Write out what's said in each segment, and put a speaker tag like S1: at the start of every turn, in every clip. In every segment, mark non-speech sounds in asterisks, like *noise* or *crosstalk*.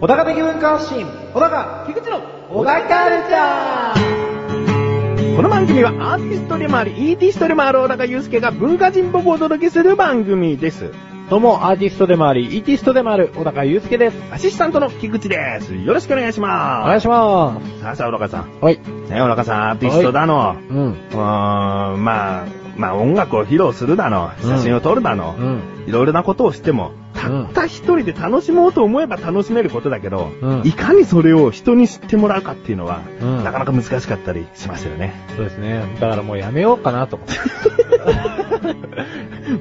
S1: 小高的文化発信、小高、菊池の小高カルチャー
S2: この番組はアーティストでもあり、イーティストでもある小高祐介が文化人っぽくお届けする番組です。
S1: どうも、アーティストでもあり、イーティストでもある、小高祐介です。
S2: アシスタントの菊池です。よろしくお願いし
S1: お願
S2: ま。
S1: いします
S2: さあさあ、おろかさん。
S1: す。はい。
S2: ねおろかさん、アーティストだの。
S1: うん。
S2: うーん、まあ、まあ音楽を披露するだの。
S1: うん
S2: 写真を撮るだの。
S1: うん。
S2: いろいろなことをしても、たった一人で楽しもうと思えば楽しめることだけど、
S1: うん
S2: いかにそれを人に知ってもらうかっていうのは、
S1: うん
S2: なかなか難しかったりしましたよね。
S1: そうですね。だからもうやめようかなと思って。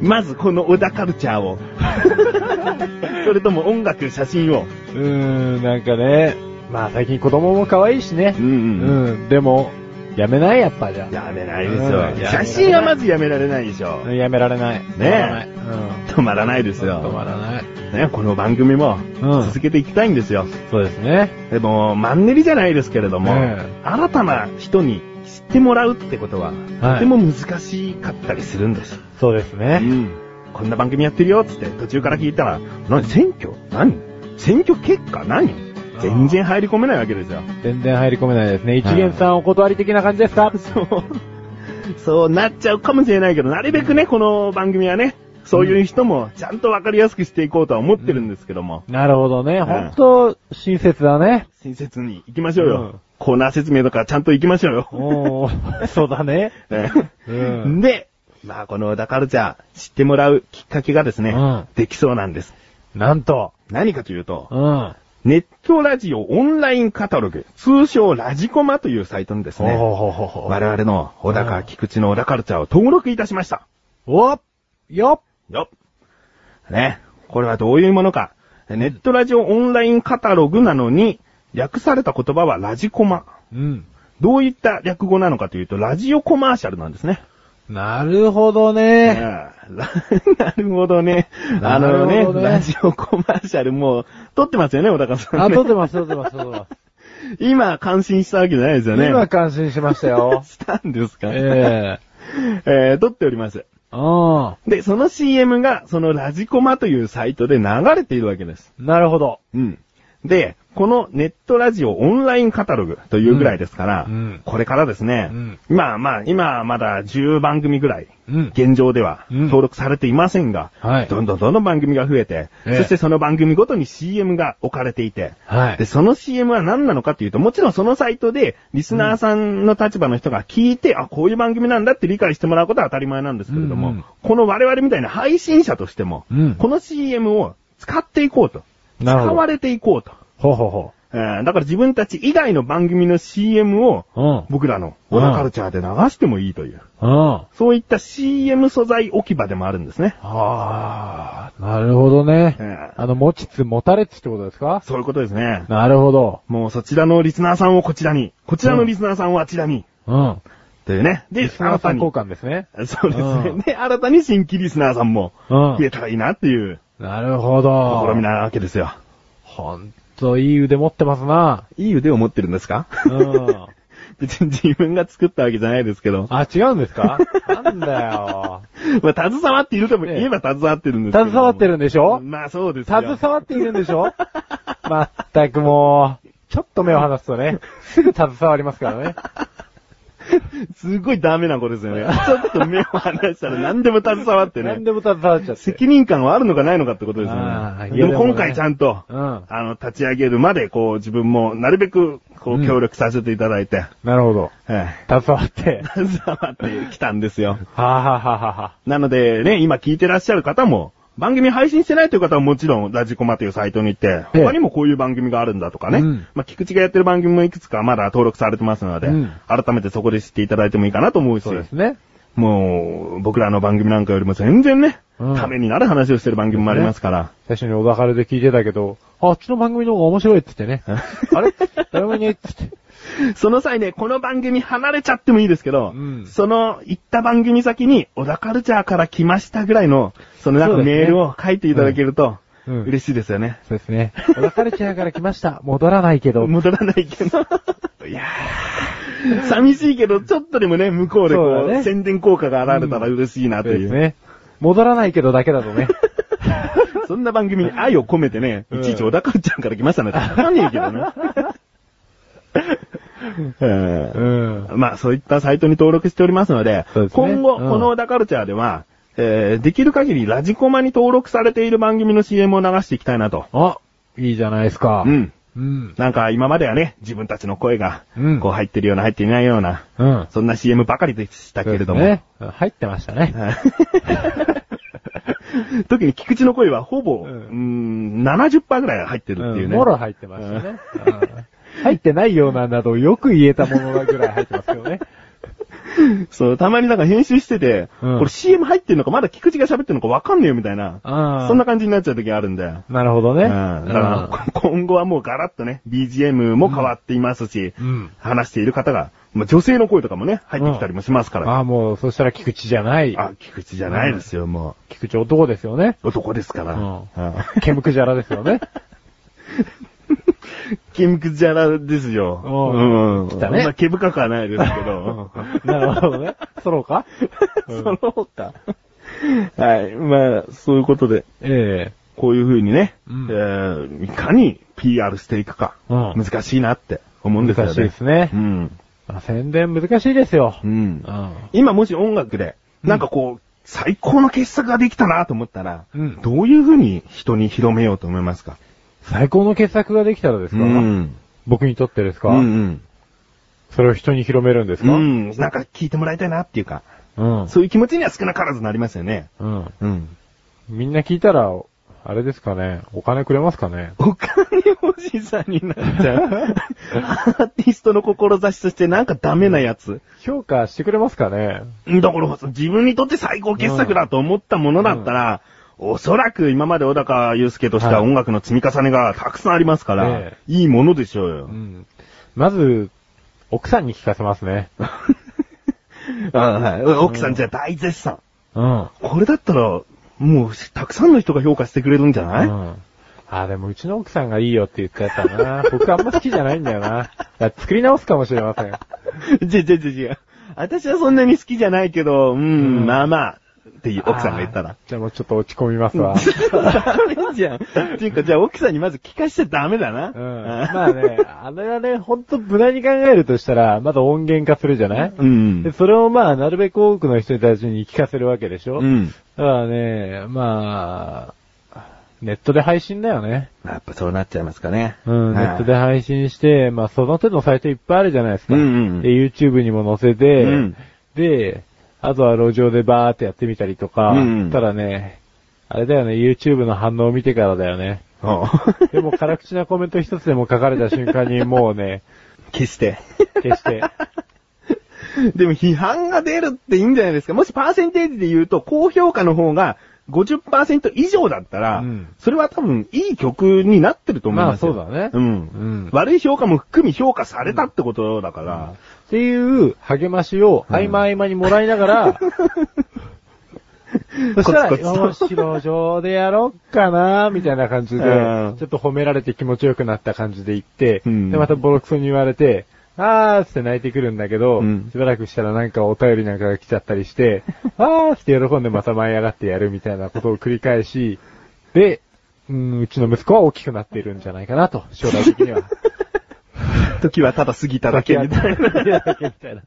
S2: まずこの小田カルチャーを、それとも音楽、写真を。
S1: *laughs* うーん、なんかね。まあ最近子供も可愛いしね
S2: う。んうん。
S1: うん。でも、やめない、やっぱじゃあ。
S2: やめないです
S1: うん
S2: よ。写真はまずやめられないでしょ
S1: う。んやめられない。
S2: ねえ
S1: 止まらないうん。
S2: 止まらないですよ。
S1: 止まらない。
S2: ね、この番組も
S1: うん
S2: 続けていきたいんですよ。
S1: そうですね。
S2: でも、マンネリじゃないですけれども、
S1: え
S2: 新たな人に知ってもらうってことは、
S1: はい
S2: とても難しかったりするんです。
S1: そうです
S2: う
S1: ね。
S2: んこんな番組やってるよっつって途中から聞いたら、何選挙何選挙結果何
S1: ー
S2: 全然入り込めないわけですよ。
S1: 全然入り込めないですね。一
S2: はい
S1: 元さんお断り的な感じですか
S2: そう。そう *laughs* なっちゃうかもしれないけど、なるべくね、この番組はね、そういう人もちゃんとわかりやすくしていこうとは思ってるんですけども、
S1: なるほどね。
S2: ん
S1: ほんと、親切だね。
S2: 親切に行きましょうよ。
S1: うん
S2: コーナー説明とかちゃんと行きましょうよ。
S1: おー、そうだね。
S2: ね
S1: う
S2: *laughs*
S1: ん
S2: で、まあこのダカルチャー知ってもらうきっかけがですね、
S1: うん
S2: できそうなんです。
S1: なんと。
S2: 何かというと、
S1: うん。
S2: ネットラジオオンラインカタログ、通称ラジコマというサイトにです
S1: ほう
S2: ね、
S1: ほうほうほうほう。
S2: 我々の小
S1: う
S2: 高
S1: ん
S2: 菊池の小高ルチャーを登録いたしました。
S1: おっよ
S2: よっね、これはどういうものか。ネットラジオオンラインカタログなのに、略された言葉はラジコマ。
S1: っうん。
S2: どういった略語なのかというと、ラジオコマーシャルなんですね。
S1: なるほどね。
S2: ああラ *laughs* なるほどね。あの
S1: なる
S2: ね
S1: ほどね
S2: ラジオコマーシャルもう、撮ってますよね、小高さん、ね。
S1: あ、撮ってます、撮ってます、撮ってま
S2: 今、感心したわけじゃないですよ
S1: す。
S2: ね。。
S1: 今感心しましたよ
S2: したんですか
S1: え
S2: *laughs*
S1: え
S2: えー撮っております。
S1: うん。
S2: で、その CM が、そのラジコマというサイトで流れているわけです。
S1: なるほど。
S2: うん。で、このネットラジオオンラインカタログというぐらいですから、
S1: うんうん
S2: これからですね、
S1: うん
S2: まあまあ、今まだ10番組ぐらい、
S1: うん
S2: 現状では
S1: うん
S2: 登録されていませんが、
S1: はい
S2: どんどんどんどん番組が増えて、
S1: ええ
S2: そしてその番組ごとに CM が置かれていて、
S1: は
S2: で、。その CM は何なのかっていうと、もちろんそのサイトで、リスナーさんの立場の人が聞いて、あ、こういう番組なんだって理解してもらうことは当たり前なんですけれども、
S1: うんうん
S2: この我々みたいな配信者としても、
S1: うん
S2: この CM を使っていこうと。使
S1: なるほど
S2: われていこうと。
S1: ほうほうほ
S2: えーだから自分たち以外の番組の CM を、
S1: う。うん。
S2: 僕らのオナカルチャーで流してもいいという、
S1: うん。
S2: そういった CM 素材置き場でもあるんですね。
S1: ああ、なるほどね。
S2: ええ
S1: あの、持ちつ持たれつってことですか
S2: そういうことですね。
S1: なるほど。
S2: もうそちらのリスナーさんをこちらに、こちらのリスナーさんをあちらに、
S1: うん。
S2: というね。で、
S1: スナ
S2: 新
S1: ーさ
S2: た
S1: ん
S2: に
S1: 交。換ですね。
S2: そうですね。
S1: うん
S2: で、新たに新規リスナーさんも
S1: うん
S2: 増えたらいいなっていう
S1: なるほど。
S2: 試みなわけですよ。
S1: ほんと、いい腕持ってますな。
S2: いい腕を持ってるんですか
S1: *laughs* うん。
S2: *laughs* 別に自分が作ったわけじゃないですけど。
S1: あ、違うんですかなんだ *laughs* よ。
S2: まあ、携わっているとも言えば携わってるんですけど。
S1: 携わってるんでしょ
S2: まあそうですよ。
S1: 携わっているんでしょまったくもう、ちょっと目を離すとね、すぐ携わりますからね。
S2: すごいダメな子ですよね。ちょっと目を離したら何でも携わってね
S1: 何。でも携わっちゃって。
S2: 責任感はあるのかないのかってことです
S1: あ
S2: よね。
S1: ー
S2: で
S1: いやで
S2: も
S1: もね
S2: 今回ちゃんと、
S1: うん
S2: あの、立ち上げるまで、こう、自分も、なるべく、こ
S1: う
S2: う、
S1: ん
S2: 協力させていただいて、
S1: なるほど。
S2: ええ
S1: 携わって。
S2: 携わってきたんですよ。
S1: はあ、はあはあはあ
S2: なのでね、今聞いてらっしゃる方も、番組配信してないという方はもちろん、ラジコマというサイトに行って、
S1: ええ
S2: 他にもこういう番組があるんだとかね。
S1: うん
S2: まあ、菊池がやってる番組もいくつかまだ登録されてますので、
S1: うん
S2: 改めてそこで知っていただいてもいいかなと思うし、
S1: そうですね。
S2: もう、僕らの番組なんかよりも全然ね、
S1: うん
S2: ためになる話をしてる番組もありますから。
S1: 最初に小田原で聞いてたけど、あ、あっちの番組の方が面白いって言
S2: *laughs*
S1: ってね。あれ誰もいないって言って。
S2: その際ね、この番組離れちゃってもいいですけど、
S1: うん
S2: その行った番組先に、小田カルチャーから来ましたぐらいの、そのなんか
S1: そうですね
S2: メールを書いていただけると、
S1: うんうん
S2: 嬉しいですよね。
S1: そうです
S2: *laughs*
S1: ね。小田原チェアから来ました。戻らないけど。
S2: 戻らないけど。いや寂しいけど、ちょっとでもね、向こうでこ
S1: そう
S2: う、
S1: だね
S2: 宣伝効果が現れたら嬉しいなと
S1: そう
S2: い
S1: で
S2: う。
S1: すね。戻らないけどだけ
S2: *laughs*
S1: だとね。
S2: そんな番組に愛を込めてね、
S1: うん
S2: いちいち小田かちゃんから来ましたね。わかんねえけどね。え
S1: *laughs* う
S2: ー
S1: ん。
S2: まあ、そういったサイトに登録しておりますので、
S1: そうですね
S2: 今後、
S1: うん
S2: この小田カルチャーでは、えーできる限りラジコマに登録されている番組の CM を流していきたいなと。
S1: あ、いいじゃないですか。
S2: うん。
S1: うん。
S2: なんか今まではね、自分たちの声が
S1: うん、
S2: こう入ってるような入っていないような、
S1: うん。
S2: そんな CM ばかりでしたけれども。
S1: そうですね。入ってましたね。
S2: はい *laughs* 特に菊池の声はほぼ、う
S1: う
S2: ー
S1: ん
S2: ん、70%ぐらい入ってるっていううんね。
S1: もろ入ってましたね。うん入ってないようなんだとよく言えたものぐらい入ってますけど
S2: *laughs*
S1: ね。
S2: そう、たまになんか編集してて、
S1: うん
S2: これ CM 入ってるのか、まだ菊池が喋ってるのかわかんねえよみたいな、
S1: あ
S2: そんな感じになっちゃう時があるんだよ。
S1: なるほどね。
S2: うん、だから、今後はもうガラッとね、BGM も変わっていますし、
S1: うん。
S2: 話している方が、まあ、女性の声とかもね、入ってきたりもしますから。
S1: ああ、もう、そしたら菊池じゃない。
S2: あ、菊池じゃないですよ、も
S1: 菊池男ですよね。
S2: う。男ですから。
S1: う
S2: うん
S1: ケムクジャラです
S2: *laughs*
S1: よね。
S2: ケムクジャラですよ。
S1: おう
S2: うん。
S1: 来たね
S2: そんな毛深くはないですけど。
S1: なるほど *laughs* ね。ソロか
S2: *laughs* その他。はい。まあ、そういうことで、
S1: ええ。
S2: こういう風にね、
S1: うん
S2: えーいかに PR していくか、
S1: うん
S2: 難しいなって思うんですよね。
S1: 難しいですね
S2: うん。
S1: まあ宣伝難しいですよ。
S2: う。
S1: うんん。
S2: 今もし音楽で、なんかこう、最高の傑作ができたなと思ったら、
S1: うん
S2: どういう風に人に広めようと思いますか
S1: 最高の傑作ができたらですか
S2: うん。
S1: 僕にとってですか
S2: うんうん。
S1: それを人に広めるんです
S2: う
S1: か
S2: ん。なんか聞いてもらいたいなっていうか、
S1: うん。
S2: そういう気持ちには少なからずなりますよね。
S1: うん。
S2: うん。
S1: みんな聞いたら、あれですかね、お金くれますかね。
S2: お金おじさんになっち
S1: *laughs*
S2: ゃう。アーティストの志としてなんかダメなやつ。
S1: 評価してくれますかね。
S2: だから、自分にとって最高傑作だと思ったものだったら、おそらく今まで小高祐介とし
S1: は
S2: た
S1: い
S2: 音楽の積み重ねがたくさんありますから、
S1: え
S2: いいものでしょう
S1: う
S2: よ。
S1: ん。まず、奥さんに聞かせますね。
S2: *laughs* あはい、奥さんじゃ大絶賛。
S1: うん。
S2: これだったら、もう、たくさんの人が評価してくれるんじゃない、 *laughs*
S1: うん。あ、でもうちの奥さんがいいよって言ったやつだな。僕あんま好きじゃないんだ
S2: *laughs*
S1: よな。いや作り直すかもしれません。
S2: じゃ、じゃ、じゃ、じゃ、私はそんなに好きじゃないけど、うん、
S1: うん
S2: まあまあ、っていう奥さんが言ったら
S1: あ。ー。じゃあもうちょっと落ち込みますわ。
S2: *laughs* ダメじゃん。 *laughs* っていうか、じゃあ奥さんにまず聞かしちゃダメだな。
S1: うん。まあね、あれはね、ほんと無難に考えるとしたら、まだ音源化するじゃない、
S2: うん。
S1: でそれをまあ、なるべく多くの人たちに聞かせるわけでしょ
S2: うん。
S1: だからね、まあ、ネットで配信だよね。
S2: やっぱそうなっちゃいますかね。
S1: うん、ネ
S2: はい
S1: ットで配信して、まあその手のサイトいっぱいあるじゃないですか。
S2: うんうん
S1: で、YouTube にも載せて、
S2: うん
S1: で、あとは路上でバーってやってみたりとか、
S2: うんうん
S1: ただね、あれだよね、YouTube の反応を見てからだよね。
S2: おう
S1: でも辛口なコメント一つでも書かれた瞬間にもうね、
S2: 消して。
S1: 決して、
S2: *laughs* でも批判が出るっていいんじゃないですか。もしパーセンテージで言うと、高評価の方が50%以上だったら、
S1: うん
S2: それは多分いい曲になってると思いますよ。
S1: まあそうだね
S2: う
S1: うん
S2: ん。悪い評価も含み評価されたってことだから、
S1: っていう励ましを合間合間にもらいながら、そしたら、
S2: コツコ
S1: よ
S2: ツと
S1: し、路上でやろっかなみたいな感じで、ち
S2: う
S1: ょ
S2: ん
S1: っと褒められて気持ちよくなった感じで行って、
S2: うん
S1: で、またボロクソに言われて、あーって泣いてくるんだけど、
S2: うん
S1: しばらくしたらなんかお便りなんかが来ちゃった
S2: *laughs*
S1: りして、あーって喜んでまた舞い上がってやるみたいなことを繰り返し、で、うん、うちの息子は大きくなっているんじゃないかなと、将来的には。
S2: 時はただ過ぎただけみたいな。
S1: だけみたいな。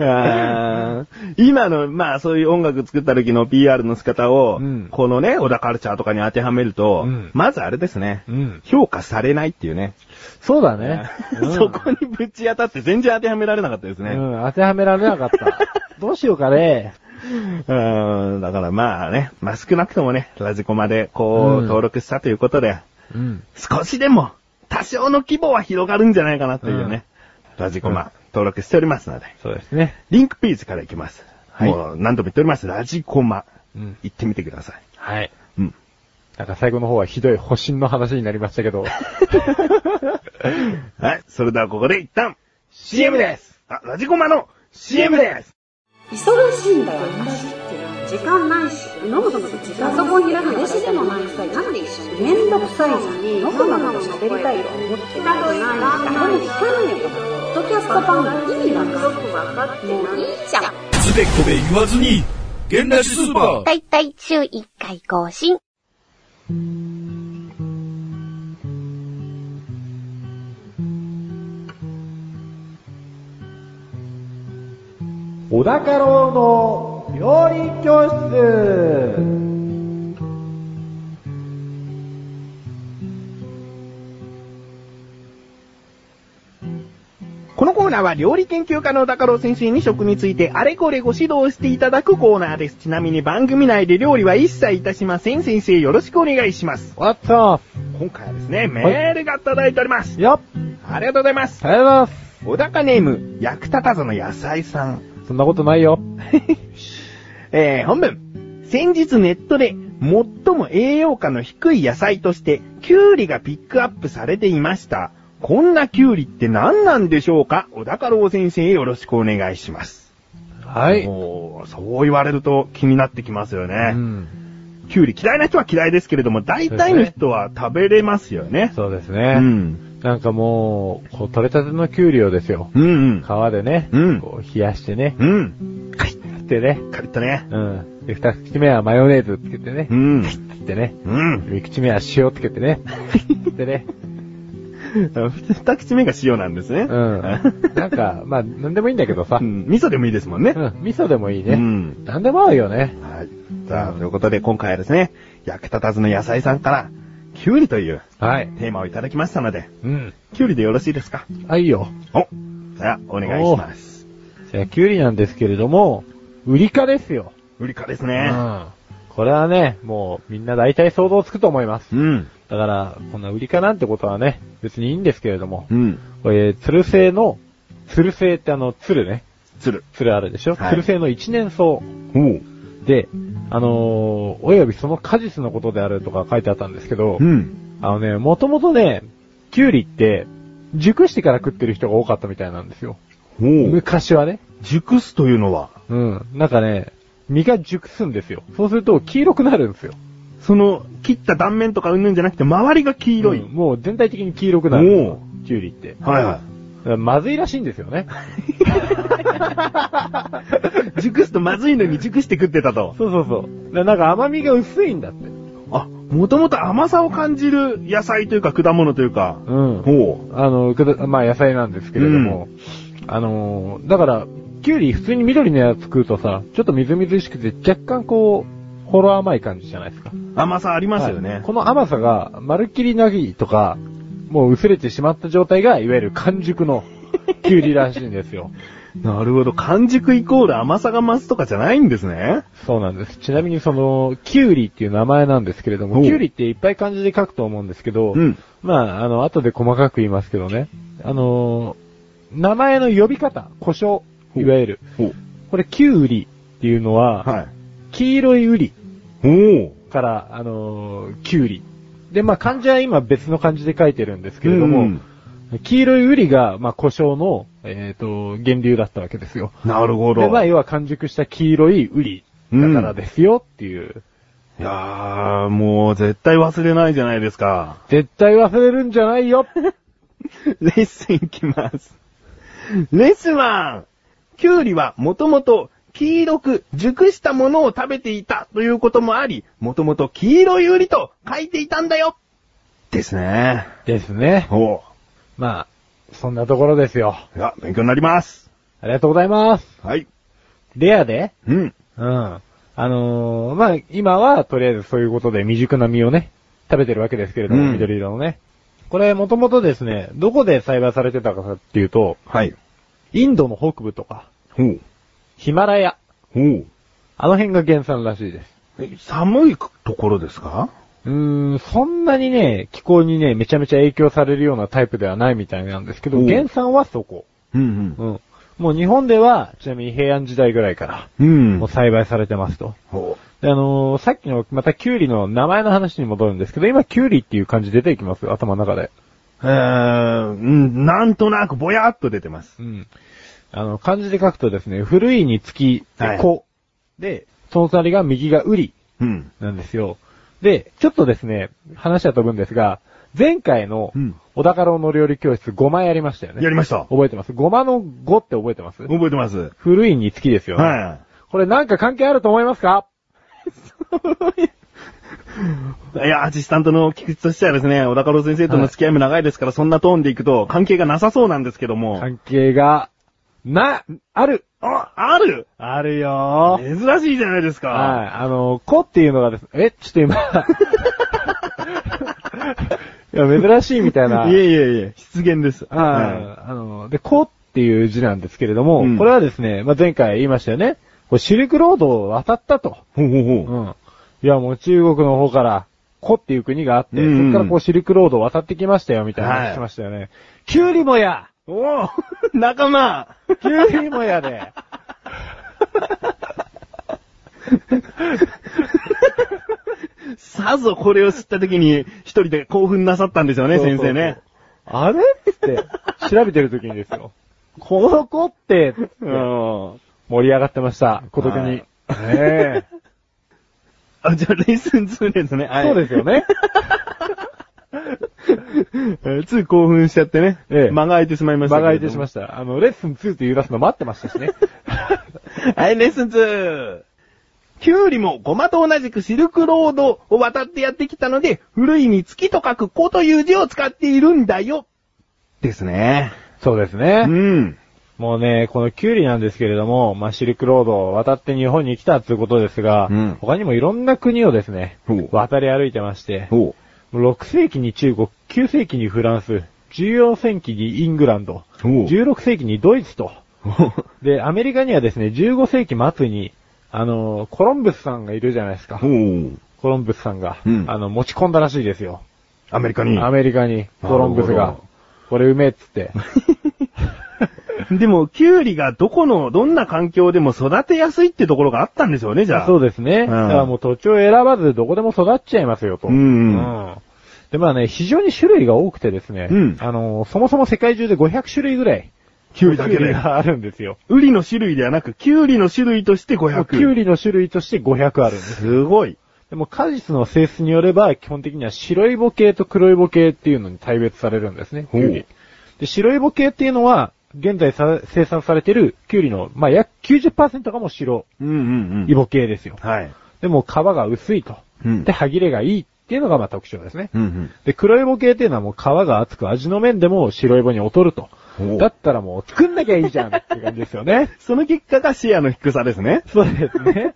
S2: あー今の、まあそういう音楽作った時の PR の仕方を、
S1: うん
S2: このね、小田カルチャーとかに当てはめると、
S1: うん
S2: まずあれですね、
S1: *laughs* うん。
S2: 評価されないっていうね。。
S1: そうだね
S2: *laughs* そこにぶち当たって全然当てはめられなかったですね。
S1: うん、当てはめられなか *laughs* った。どうしようかね。
S2: うん、だからまあね、まあ少なくともね、ラジコマでこう、
S1: うん
S2: 登録したということで、
S1: うん。
S2: 少しでも、多少の規模は広がるんじゃないかなというね、ラジコマ、
S1: うん
S2: 登録しておりますので、
S1: そうですね。
S2: リンクページからいきます。
S1: はい
S2: もう何度も言っております、ラジコマ。
S1: うん。
S2: 行ってみてください。
S1: はい。
S2: うん。
S1: なんか最後の方はひどい保身の話になりましたけど。
S2: はい、それではここで一旦、CM ですあ、ラジコマの CM です
S3: 忙しいんだよ、私って。時間ないし、のぶのぶ時間。パソコン開くしでもないし、なんで一緒に。めんどくさいのに、のぶのぶ喋りたいと思ってたのに、なんか、でも聞かないよ。ポッドキドキャスト番組意味わかんない。もういいじゃん。
S4: つべこべ言わずに、現代スーパー
S5: だいたい週1回更新。
S1: 小高郎の料理教室
S2: このコーナーは料理研究家の高郎先生に食についてあれこれご指導していただくコーナーです。ちなみに番組内で料理は一切いたしません。先生よろしくお願いします。
S1: わっと
S2: 今回はですね、メールが届いております。
S1: よっ
S2: ありがとうございます。
S1: ありがとうございます
S2: 小高ネーム、役立たずの野菜さん。
S1: そんなことないよ。
S2: えー、本文。先日ネットで最も栄養価の低い野菜として、キュウリがピックアップされていました。こんなキュウリって何なんでしょうか小高郎先生よろしくお願いします。
S1: はい。
S2: おーそう言われると気になってきますよ
S1: う
S2: ね。
S1: ん。
S2: キュウリ嫌いな人は嫌いですけれども、大体の人は食べれますよね。
S1: そうです
S2: う
S1: ね。
S2: ん。
S1: なんかもう、こう、取れたてのキュウリをですよ。
S2: うんうん。
S1: 皮でね、
S2: うん
S1: こう冷やしてね、
S2: うん。
S1: 切ってね、
S2: カリッとね。
S1: うん。で、二口目はマヨネーズつけてね、
S2: うん。
S1: 切ってね、
S2: うん。
S1: 三口目は塩つけてね、切ってね、
S2: 二口目が塩なんですね。 *laughs*
S1: うん。なんか、まあ、なんでもいいんだけどさ、
S2: う
S1: うん、
S2: ん味噌でもいいですもんね。
S1: 味噌でもいいうね。
S2: ん。
S1: なんでも合うよね。
S2: はい。さあ、ということで今回はですね、役立たずの野菜さんから、キュウリという
S1: はい。
S2: テーマをいただきましたので、
S1: うん。
S2: キュウリでよろしいですか
S1: あ、いいよ。
S2: おさあ、お願いします。
S1: じゃあ、キュウリなんですけれども、ウリ科ですよ。
S2: ウリカです
S1: う
S2: ね。
S1: ん。これはね、もう、みんな大体想像つくと思います。
S2: うん。
S1: だから、こんなウリ科なんてことはね、別にいいんですけれども、
S2: うん。
S1: これ、ツルセイの、ツルセイってあの、ツルね。
S2: つる。
S1: ツルあるでしょ、
S2: はい
S1: ツルセイの一年草。
S2: おう。
S1: で、あのー、およびその果実のことであるとか書いてあったんですけど、
S2: うん。
S1: あのね、もともとね、キュウリって、熟してから食ってる人が多かったみたいなんですよ。
S2: おう。
S1: 昔はね。
S2: 熟すというのは、
S1: うん。なんかね、実が熟すんですよ。そうすると黄色くなるんですよ。
S2: その、切った断面とかうんぬんじゃなくて、周りが黄色い。
S1: うんもう全体的に黄色くなるんですよ。キュウリって。
S2: はいは
S1: だからまずいらしいんですよね。
S2: い。 *laughs* 熟すとまずいのに熟して食ってたと。
S1: そうそうそう。だからなんか甘みが薄いんだって。
S2: あ、もともと甘さを感じる野菜というか果物というか。
S1: うん。
S2: ほう。
S1: あの、くだまあ野菜なんですけれども、あのー、だから、キュウリ普通に緑のやつ食うとさ、ちょっとみずみずしくて若干こう、ほろ甘い感じじゃないですか。
S2: 甘さありますよ
S1: はい
S2: ね。
S1: この甘さが、まるっきりなぎとか、もう薄れてしまった状態が、いわゆる完熟のキュウリらしいんですよ。
S2: なるほど。完熟イコール甘さが増すとかじゃないんですね。
S1: そうなんです。ちなみにその、キュウリっていう名前なんですけれど
S2: お
S1: も、
S2: う
S1: キュウリっていっぱい漢字で書くと思うんですけど、
S2: うん。
S1: まあ、あの、後で細かく言いますけどね。あのー名前の呼び方、故障、いわゆる。
S2: ほう。
S1: これ、キュウリっていうのは、
S2: はい。
S1: 黄色いウリ
S2: おお。
S1: から、あのーキュウリ。で、まあ、漢字は今別の漢字で書いてるんですけれども、
S2: うん
S1: 黄色いウリが、まあ、故障の、えっ、と、源流だったわけですよ。
S2: なるほど。
S1: で、まあ、
S2: い
S1: 要は完熟した黄色いウリだからですよっていう。
S2: やー、もう絶対忘れないじゃないですか。
S1: 絶対忘れるんじゃない *laughs* よ
S2: *laughs* レッスンいきます。レッスンは、キュウリはもともと黄色く熟したものを食べていたということもあり、もともと黄色いウリと書いていたんだよですね。
S1: ですね。
S2: おう。
S1: まあ、そんなところですよ。
S2: いや、勉強になります。
S1: ありがとうございます。
S2: はい。
S1: レアで
S2: うん。
S1: うん。あのー、まあ、今は、とりあえずそういうことで未熟な実をね、食べてるわけですけれども、
S2: うん
S1: 緑色のね。これ、もともとですね、どこで栽培されてたかっていうと、
S2: はい。
S1: インドの北部とか、
S2: ほう。
S1: ヒマラヤ、
S2: ほう。
S1: あの辺が原産らしいです。
S2: え寒いところですか
S1: うーん、そんなにね、気候にね、めちゃめちゃ影響されるようなタイプではないみたいなんですけ
S2: お
S1: ど、
S2: う
S1: 原産はそこ。
S2: うん
S1: う。ん。もう日本では、ちなみに平安時代ぐらいから、
S2: うん
S1: もう栽培されてますと。
S2: ほ
S1: で、あのーさっきの、またキュウリの名前の話に戻るんですけど、今キュウリっていう漢字出てきますよ、頭の中で。
S2: う。えー、うん、なんとなくぼやっと出てます。
S1: うん。あの、漢字で書くとですね、古いにつき、
S2: はい
S1: でこ、で、その隣が右がウリ
S2: うん。
S1: なんですよ。で、ちょっとですね、話は飛ぶんですが、前回の
S2: うん、
S1: 小高郎の料理教室5枚やりましたよね。
S2: やりました。
S1: 覚えてます。ごまの5って覚えてます
S2: 覚えてます。
S1: 古いにつきですよね。
S2: は
S1: これなんか関係あると思いますか
S2: い。いや、アシスタントの菊池としてはですね、小高郎先生との付き合いも長いですから、そんなトーンでいくと関係がなさそうなんですけども。
S1: 関係が、な、ある。
S2: あ、ある
S1: あるよ
S2: 珍しいじゃないですか。
S1: はい。あの、子っていうのがです、え、ちょっ
S2: *laughs*
S1: と今。いや、珍しいみたいな。
S2: いえいえいえ、失言です。は
S1: はい。あの、で、こっていう字なんですけれども、
S2: うん
S1: これはですね、まあ、前回言いましたよね。これシルクロードを渡ったと。
S2: い。ほうほう
S1: う
S2: ほう。
S1: ん。いや、もう中国の方から、こっていう国があって、
S2: うんうん
S1: そこからこうシルクロードを渡ってきましたよ、みたいな話しましたよね。キュウリもや
S2: おお *laughs* 仲間
S1: *laughs* キュウリもやで
S2: さぞこれを知った時に、一人で興奮なさったんですよね、
S1: そうそう
S2: 先生ね。
S1: あれって、調べてる時にですよ。この子って、
S2: うん。
S1: 盛り上がってました、孤独に。ねえ
S2: あ、じゃあ、レッスン2ですね。はい
S1: そうですよね。
S2: えーつい興奮しちゃってね。
S1: ええ
S2: 間が空いてしまいました。
S1: 間が空いてしま
S2: し
S1: した。あの、レッスン2って言い出すの待ってましたしね。
S2: た。はい、レッスン 2! キュウリもゴマと同じくシルクロードを渡ってやってきたので、古いに月と書く子という字を使っているんだよ。ですね。
S1: そうです
S2: う
S1: ね。
S2: ん。
S1: もうね、このキュウリなんですけれども、まあ、シルクロードを渡って日本に来たっていうことですが、
S2: うん
S1: 他にもいろんな国をですね
S2: ほう、
S1: 渡り歩いてまして、
S2: おう。
S1: 6世紀に中国、9世紀にフランス、14世紀にイングランド、
S2: おう
S1: 16世紀にドイツと、で、アメリカにはですね、15世紀末に、あの、コロンブスさんがいるじゃないですか。
S2: おう。
S1: コロンブスさんが、
S2: うん
S1: あの、持ち込んだらしいですよ。
S2: アメリカに。
S1: アメリカに、コロンブス
S2: なる
S1: が
S2: ほど、
S1: これうめえっつって。
S2: でも、キュウリがどこの、どんな環境でも育てやすいってところがあったんですよね、 *laughs* じゃあ。
S1: そうですね。だからもう土地を選ばずどこでも育っちゃいますよと。
S2: うん
S1: うんで、まあね、非常に種類が多くてですね、
S2: うん
S1: あの、そもそも世界中で500種類ぐらい、
S2: キュウリだけ
S1: 種
S2: で。
S1: 類があるんですよ。
S2: ウリの種類ではなく、キュウリの種類として500。
S1: キュウリの種類として500あるんです。
S2: すごい。
S1: でも果実の性質によれば、基本的には白いボ系と黒いボ系っていうのに大別されるんですね、
S2: ほ
S1: キ
S2: う
S1: ュウリ。で、白いボ系っていうのは、現在さ生産されてるキュウリの、まあ、約90%がもう白
S2: うんうん
S1: イボ系ですよ。
S2: はい。
S1: でも皮が薄いと。
S2: うん
S1: で、歯切れがいいっていうのがまあ特徴ですね。
S2: うん
S1: で、黒いボ系っていうのはもう皮が厚く味の面でも白いボに劣ると
S2: おう。。
S1: だったらもう作んなきゃいいじゃんって感じですよね
S2: その結果が視野の低さですね。
S1: *laughs* そうですね。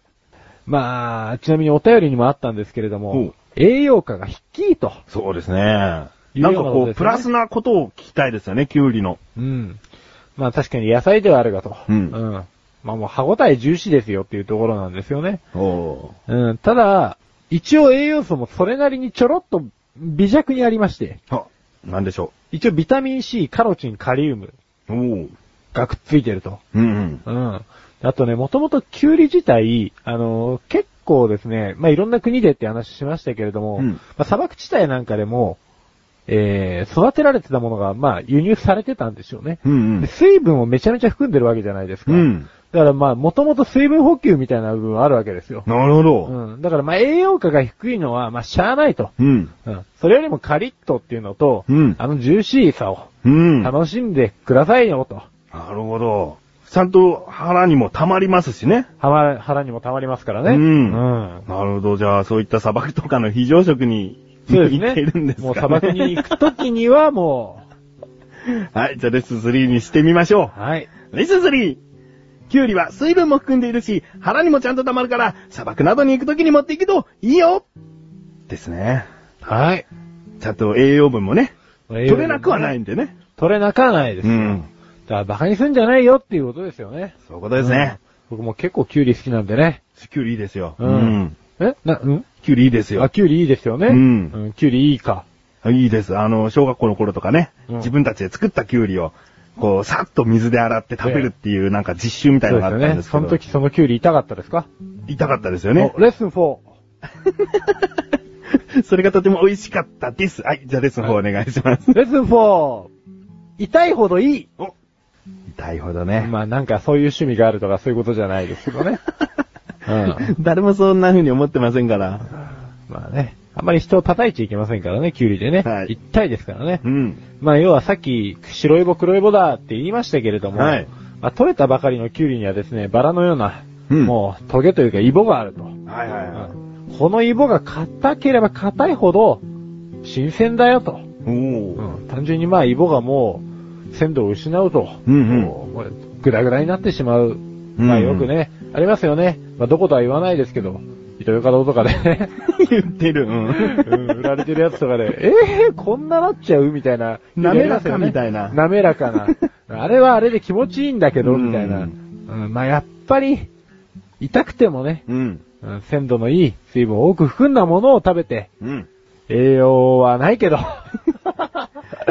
S1: まあ、ちなみにお便りにもあったんですけれど
S2: ほ
S1: も
S2: う、
S1: 栄養価が低いと。
S2: そうですね。なん
S1: いうよ
S2: か
S1: うなこと
S2: こ
S1: です
S2: う、
S1: ね
S2: プラスなことを聞きたいですよね、キュウリの。
S1: うん。まあ確かに野菜ではあるがと。
S2: うん
S1: まあもう歯応え重視ですよっていうところなんですよね。
S2: お
S1: うん。ただ、一応栄養素もそれなりにちょろっと微弱にありまして。
S2: あ、なんでしょ
S1: 一応ビタミン C、カロチン、カリウム
S2: う。おう。
S1: がくっついてると。
S2: うんうん。
S1: うん。あとね、もともとキュウリ自体、あのー結構ですね、まあ、いろんな国でって話しましたけれども、
S2: うん
S1: まあ、砂漠地帯なんかでも、えー、育てられてたものが、まあ、輸入されてたんでしょうね。
S2: うん
S1: で水分をめちゃめちゃ含んでるわけじゃないですか。
S2: うん
S1: だからまあ、もともと水分補給みたいな部分はあるわけですよ。
S2: なるほど。
S1: うん。だからまあ、栄養価が低いのは、まあ、しゃあないと。
S2: うん。
S1: うん。それよりもカリッとっていうのと、
S2: うん
S1: あのジューシーさを、
S2: うん。
S1: 楽しんでくださいよと。
S2: なるほど。ちゃんと腹にも溜まりますしね。
S1: はま、腹にも溜まりますからね。
S2: うん。
S1: うん。
S2: なるほど。じゃあ、そういった砂漠とかの非常食に
S1: そうですね。
S2: 行っているんですか、ね、
S1: もう砂漠に行くときにはも
S2: *laughs* はい。じゃあ、レッスン3にしてみましょ
S1: う、はい。
S2: う。レッスン 3! キュウリは水分も含んでいるし、腹にもちゃんと溜まるから、砂漠などに行くときに持っていくといいよですね。
S1: はい。。
S2: ちゃんと栄養分もね、取れなくはないいんでね。
S1: 取れなくはないです。だ
S2: ん。
S1: からバカにすんじゃないよっていうことですよね。
S2: そういうことですね。
S1: 僕も結構キュウリ好きなんでね。
S2: キュウリいいですよ。
S1: うん。えな、うん
S2: キュウリいいです
S1: あ、
S2: よ。
S1: キュウリいいですよね。
S2: うん
S1: キュウリいいか。
S2: いいです。あの、小学校の頃とかね、
S1: うん
S2: 自分たちで作ったキュウリを、こう、さっと水で洗って食べるっていう、なんか実習みたい
S1: そ
S2: な
S1: う
S2: の
S1: で
S2: があっ
S1: すよ
S2: たん
S1: ね。
S2: ですけ
S1: そ
S2: ど。
S1: の時そのキュウリ痛かったですか
S2: 痛かったですよね
S1: お。レッスン4。
S2: *laughs* それがとても美味しかったです。はい、じゃあレッスン方お願いします。
S1: レッスン 4! 痛いほどいい
S2: *laughs* 痛いほどね。
S1: まあなんかそういう趣味があるとかそういうことじ
S2: *laughs*
S1: ゃないですけどね。うん。
S2: 誰もそんな風に思ってませんから。
S1: まあね。あんまり人を叩いちゃいけませんからね、キュウリでね。
S2: はい
S1: 一体ですからね。
S2: うん。
S1: まあ要はさっき、白いぼ黒いぼだって言いましたけれども、
S2: はい
S1: まあ、取れたばかりのキュウリにはですね、バラのような、
S2: うん
S1: もうトゲというかイボがあると。
S2: はいはいは
S1: このイボが硬ければ硬いほど、新鮮だよと。
S2: い。おー。
S1: 単純にまあイボがもう、鮮度を失うと、
S2: うんうん
S1: もうグダグダになってしまう。
S2: うん
S1: まあよくね、ありますよね。まあどことは言わないですけど、糸魚川堂とかでね、
S2: 言ってる。うん。
S1: うん売られてるやつとかで、えー、こんななっちゃうみたいな。
S2: 滑らかみたいな
S1: 滑らかな。あれはあれで気持ちいいんだけど、
S2: うん
S1: みたいな。うんまあやっぱり、痛くてもね、
S2: うん。
S1: うん鮮度のいい水分を多く含んだものを食べて、
S2: うん。
S1: 栄養はな
S2: *laughs*
S1: いけど、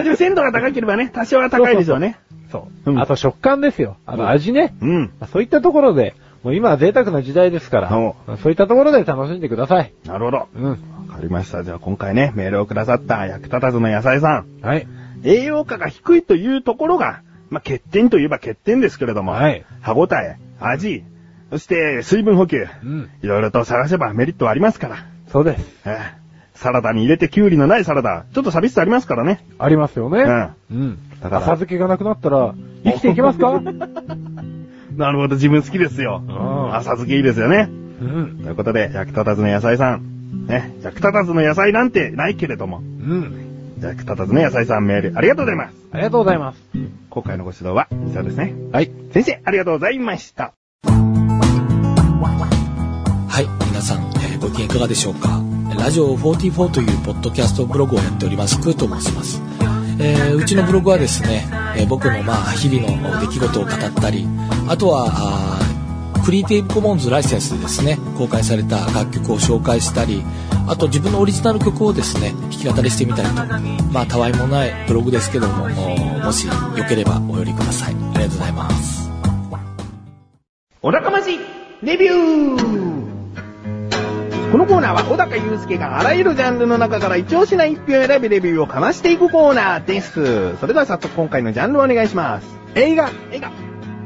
S2: でも鮮度が高ければね、多少は高いでしょうね。
S1: そう。
S2: うん
S1: あと食感ですよ。あ
S2: うん
S1: の味ね。
S2: うん。
S1: まあそういったところで、もう今は贅沢な時代ですから、
S2: そ
S1: まあそういったところで楽しんでください。
S2: なるほど。わ
S1: うん。
S2: かりました。じゃあ今回ね、メールをくださった役立たずの野菜さん。
S1: はい。
S2: 栄養価が低いというところが、まあ、欠点といえば欠点ですけれども、
S1: はい
S2: 歯応え、味、そして水分補給、
S1: うん。
S2: いろいろと探せばメリットはありますから。
S1: そうです。
S2: ええサラダに入れてキュウリのないサラダ、ちょっと寂しさありますからね。
S1: ありますよね。
S2: う
S1: うん。
S2: だから
S1: 浅漬けがなくなったら、生きていけますか
S2: なるほど、自分好きですよ。
S1: ん
S2: 浅漬けいいですよね。
S1: うん。
S2: ということで、役立たずの野菜さん。ね、役立たずの野菜なんてないけれども、
S1: うん。
S2: 役立たずの野菜さんメールありがとうございます。
S1: ありがとうございます。
S2: 今回のご指導は以上ですね。
S1: はい。
S2: 先生、ありがとうございました。
S6: はい、皆さん、えーご機嫌いかがでしょうかラジオ44というポッドキャストブログをやっております、クーと申します。えーうちのブログはですね、えー僕のまあ日々の出来事を語ったり、あとは、あークリエイティブコモンズライセンスでですね、公開された楽曲を紹介したり、あと自分のオリジナル曲をですね、弾き語りしてみたりと、まあ、たわいもないブログですけども、おーもしよければお寄りください。ありがとうございます。
S2: おだかましレビューこのコーナーは小高祐介があらゆるジャンルの中から一押しな一票を選びレビューをかましていくコーナーです。それでは早速今回のジャンルをお願いします。映画映画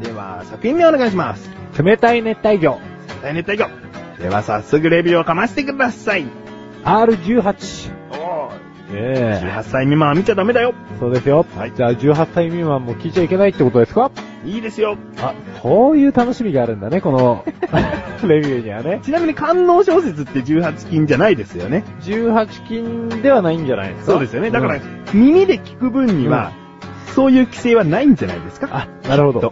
S2: では作品名をお願いします。
S1: 冷たい熱帯魚、
S2: 大熱帯魚では早速レビューをかましてください。
S1: R18。
S2: おー
S1: え
S2: 18歳未満は見ちゃダメだよ
S1: えそうですよ。
S2: はい
S1: じゃあ、18歳未満も聞いちゃいけないってことですか
S2: いいですよ
S1: あ、こういう楽しみがあるんだね、この、 *laughs* レビューにはね。
S2: ちなみに官能小説って18禁じゃないですよね。
S1: 18禁ではないんじゃないですか
S2: そうですよね。だから、
S1: うん
S2: 耳で聞く分には、そういう規制はないんじゃないですか
S1: あ、なるほど。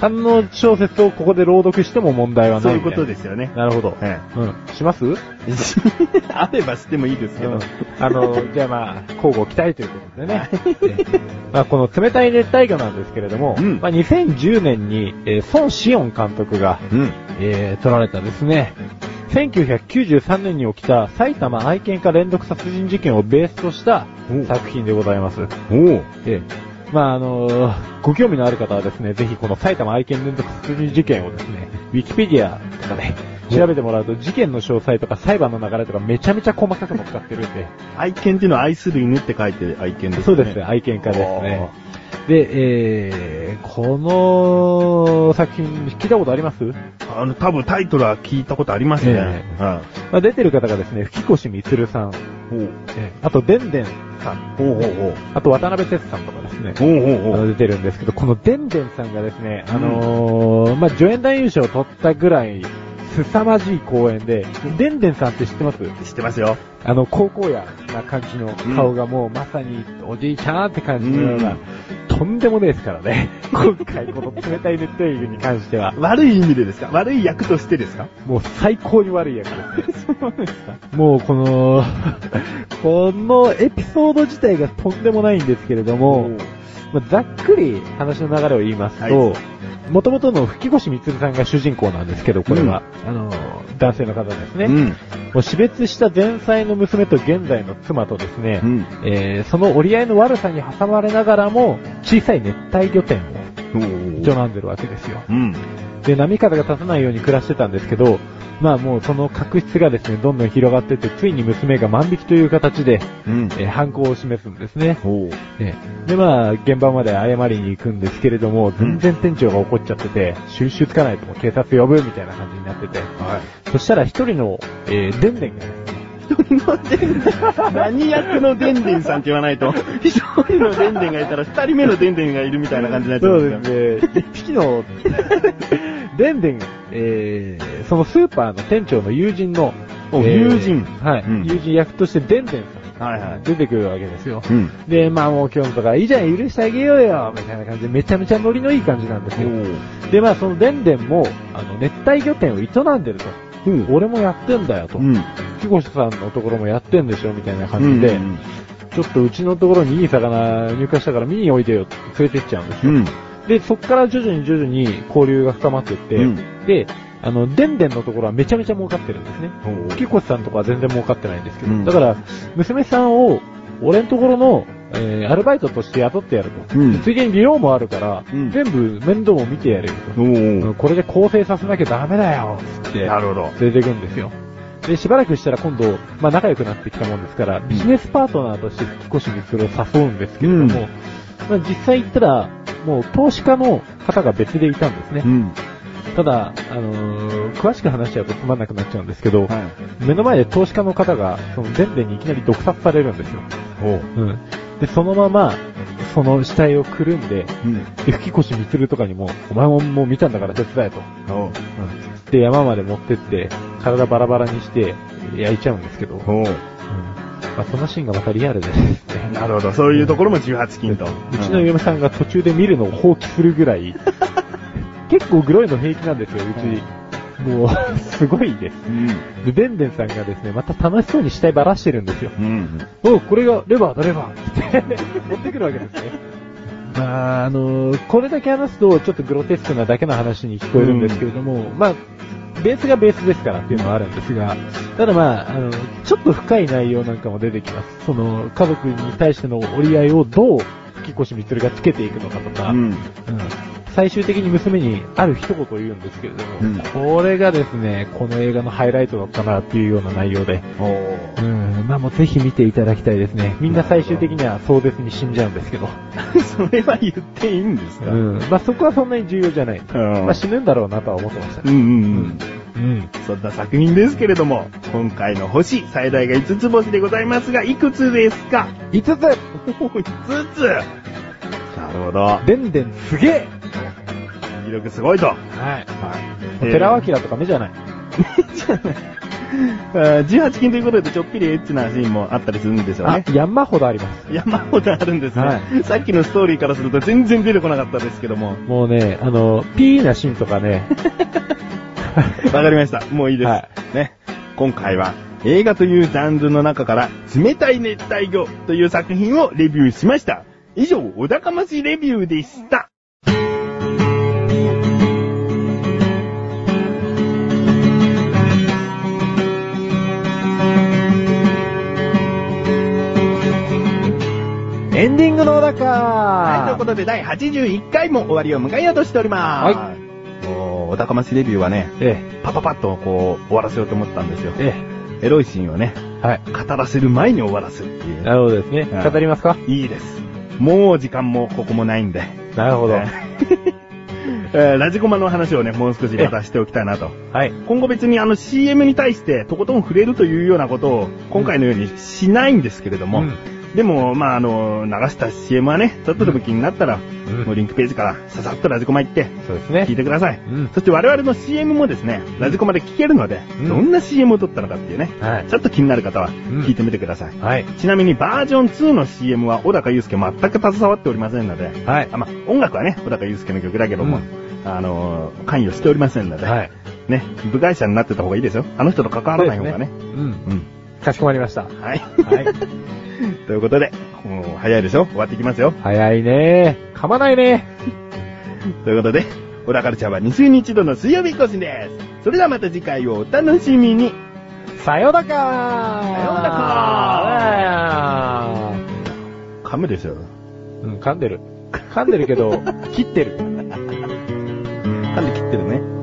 S1: 観音小説をここで朗読しても問題は
S2: そ
S1: な
S2: う
S1: い
S2: い
S1: み
S2: う
S1: た
S2: こ
S1: いな。
S2: とですよね。
S1: なるほど。
S2: え
S1: うん。します
S2: え *laughs* あればしてもいいですけど。
S1: あの、じゃあまあ、交互期待ということでね。えまあ、この冷たい熱帯魚なんですけれども、
S2: うん
S1: まあ、2010年に、えー孫シオン監督が、
S2: うん。
S1: えー、撮られたですね、1993年に起きた埼玉愛犬家連続殺人事件をベースとした
S2: お
S1: 作品でございます。
S2: おう。
S1: ええまああのーご興味のある方はですね、ぜひこの埼玉愛犬連続殺人事件をですね、ウィキペディアとかで調べてもらうと事件の詳細とか裁判の流れとかめちゃめちゃ細かくも使ってるんで、
S2: 愛犬っていうのは愛する犬って書いて愛犬ですね。
S1: *laughs* そうですね、愛犬家ですね。で、えー、この作品聞いたことあります、ま
S2: あの、多分タイトルは聞いたことありますね。
S1: えあ、出てる方がですね、吹越光さん、
S2: うん。
S1: えあとでんでんさん、
S2: ほうほうほう
S1: あと渡辺哲さんとかですね、
S2: ほう。ほう
S1: あ
S2: ほうほ
S1: の
S2: う。
S1: 出てるんですけど、このデンデンさんがですね、あのーまあ、助演男優賞を取ったぐらい、凄まじい公演で、デンデンさんって知ってます
S2: 知ってますよ。
S1: あの、高校やな感じの顔がもうまさにおじいちゃんって感じのような、
S2: うん
S1: とんでもねえですからね。 *laughs* 今回この冷たい熱帯魚に関しては、
S2: 悪い意味でですか悪い役としてですか
S1: もう最高に悪い役 *laughs* ですね。もうこの、このエピソード自体がとんでもないんですけれども、まあ、ざっくり話の流れを言いますと、
S2: は
S1: 元々の吹越光さんが主人公なんですけど、これは、あの、男性の方ですね。
S2: う
S1: も
S2: ん。
S1: う死別した前妻の娘と現在の妻とですね、
S2: うん。
S1: えーその折り合いの悪さに挟まれながらも、小さい熱帯魚店を
S2: ほう
S1: 営んでるわけですよ。
S2: うん。
S1: で、波風が立たないように暮らしてたんですけど、まあもうその確執がですね、どんどん広がってって、ついに娘が万引きという形で、
S2: うん。
S1: えー犯行を示すんですね。
S2: ほう。
S1: ええで、まあ、現場まで謝りに行くんですけれども、全然店長が怒っちゃってて、収集つかないともう警察呼ぶみたいな感じになってて、
S2: はい。
S1: そしたら一人の、えー、デンデンがですね、
S2: 人のデンデン、何役のデンデンさんって言わないと、一人のデンデンがいたら二人目のデンデンがいるみたいな感じになっちゃ
S1: そううん
S2: ですよ。
S1: です *laughs* ね。一
S2: *laughs*
S1: 匹の、でんでん、えー、そのスーパーの店長の友人の、
S2: お
S1: えー
S2: 友人
S1: はい、
S2: うん
S1: 友人役としてでんでんさん。
S2: はいはい
S1: 出てくるわけですよ。
S2: うん。
S1: で、まあもう今日のとか、いいじゃん、許してあげようよ、みたいな感じで、めちゃめちゃノリのいい感じなんですよ。で、まあそのでんでんも、あの、熱帯魚店を営んでると。
S2: うん。
S1: 俺もやってんだよと。
S2: うん。
S1: 木越さんのところもやってんでしょ、みたいな感じで、ちょっとうちのところにいい魚入荷したから見においでよって連れてっちゃうんです
S2: う
S1: よ。
S2: ん。
S1: で、そっから徐々に徐々に交流が深まっていって、
S2: うん
S1: で、あの、でんでんのところはめちゃめちゃ儲かってるんですね。
S2: うん。
S1: 木越さんとかは全然儲かってないんですけど、
S2: うん
S1: だから、娘さんを、俺のところの、えー、アルバイトとして雇ってやると。
S2: うん
S1: でついでに利用もあるから、
S2: うん
S1: 全部面倒も見てやれると。
S2: お
S1: これで構成させなきゃダメだよ、つって。
S2: なるほど。
S1: 連れていくんですよ。で、しばらくしたら今度、まあ仲良くなってきたもんですから、ビジネスパートナーとして引っ越しにそれを誘うんですけれども、
S2: うん
S1: まあ実際行ったら、もう投資家の方が別でいたんですね。
S2: うん。
S1: ただ、あのー詳しく話しちゃうとつまんなくなっちゃうんですけ
S2: は
S1: ど、
S2: い。
S1: 目の前で投資家の方が、その全然にいきなり毒殺されるんですよ。
S2: おう。
S1: うん。で、そのまま、その死体をくるんで、
S2: うん。
S1: で吹越みつるとかにも、お前ももう見たんだから手伝えと。
S2: おう。
S1: で、山まで持ってって、体バラバラにして、焼いちゃうんですけど、うん
S2: おう。
S1: まあ、そのシーンがまたリアルですね。
S2: なるほど。そう *laughs* いうところも18金と。
S1: うちの嫁さんが途中で見るのを放棄するぐ
S2: *laughs*
S1: らい、結構グロいの平気なんですよ、うち。もう、すごいです。
S2: うん。
S1: で、でんでんさんがですね、また楽しそうに死体ばらしてるんですよ。
S2: うん。
S1: おこれがレバーだレバーって *laughs* 持ってくるわけですね。まあ、あのこれだけ話すと、ちょっとグロテスクなだけの話に聞こえるんですけれども、まあ、ベースがベースですからっていうのはあるんですが、ただまあ、あの、ちょっと深い内容なんかも出てきます。その、家族に対しての折り合いをどう、吹越光がつけていくのかとか、
S2: うん。
S1: うん最終的に娘にある一言を言うんですけれども、
S2: うん
S1: これがですね、この映画のハイライトだったなっていうような内容で、
S2: おう。
S1: うん、まあもうぜひ見ていただきたいですね。みんな最終的には壮絶に死んじゃうんですけど。
S2: それは言っていいんです
S1: う
S2: か
S1: ん。まあそこはそんなに重要じゃない。まあ死ぬんだろうなとは思ってました
S2: う。んうんうん。
S1: うん。
S2: そんな作品ですけれども、今回の星、最大が5つ星でございますが、いくつですか
S1: 5
S2: おー ?5 つなるほど
S1: つ。でんでんすげえ
S2: 記録すごいと。
S1: はい。
S2: えー
S1: 寺脇とか目じゃない。
S2: あー18金ということで、ちょっぴりエッチなシーンもあったりするんでしょう
S1: あ
S2: ね、。
S1: 山ほどあります。
S2: 山ほどあるんですね、
S1: は
S2: さっきのストーリーからすると全然出てこなかったですけども。わ
S1: もうね、あの、ピーなシーンとかね。
S2: かりました。もういいです。
S1: は
S2: ね。今回は、映画というジャンルの中から、冷たい熱帯魚という作品をレビューしました。以上、お高ましレビューでした。
S1: エンディングの小高
S2: はい、ということで第81回も終わりを迎えようとしております。。
S1: はい
S2: おお高ましレビューはね、
S1: え
S2: パパパッとこう終わらせようと思ったんですよ
S1: え、。え
S2: エロいシーンをね、
S1: え、はい。
S2: 語らせる前に終わらすってい
S1: な
S2: う。
S1: るほどですね。
S2: はい
S1: 語りますか
S2: いいです。もう時間もここもないんで。
S1: なるほど。
S2: え
S1: は
S2: *laughs* ーラジコマの話をね、もう少しまたしておきたいなと。
S1: い。
S2: 今後別にあの CM に対してとことん触れるというようなことを今回のようにしないんですけれども、
S1: うん
S2: でも、まあ、あの、流した CM はね、ちょっとでも気になったら、もうリンクページからささっとラジコマ行って、
S1: そうです
S2: 聞い
S1: ね。
S2: てください。
S1: うん
S2: そして我々の CM もですね、ラジコマで聞けるので、
S1: うん
S2: どんな CM を撮ったのかっていうね、
S1: はい
S2: ちょっと気になる方は聞いてみてください。
S1: はい。
S2: ちなみにバージョン2の CM は小高祐介全く携わっておりませんので、
S1: はい
S2: あまあ、音楽はね、小高祐介の曲だけども、
S1: うん
S2: あのー関与しておりませんので、
S1: はい。
S2: ね、部外者になってた方がいいですよ。あの人と関わらない方がね。
S1: う。
S2: うんん。
S1: かしこまりました。
S2: はい。 *laughs*
S1: はい。
S2: ということで、もう早いでしょ終わっていきますよ。
S1: 早いね噛まないね
S2: ということで、小高ルチャーは2週に1度の水曜日更新です。それではまた次回をお楽しみに。
S1: さよだか
S2: さよう
S1: か
S2: 噛むでしょ
S1: うん、噛んでる。噛んでるけど、切ってる。
S2: 噛んで切ってるね。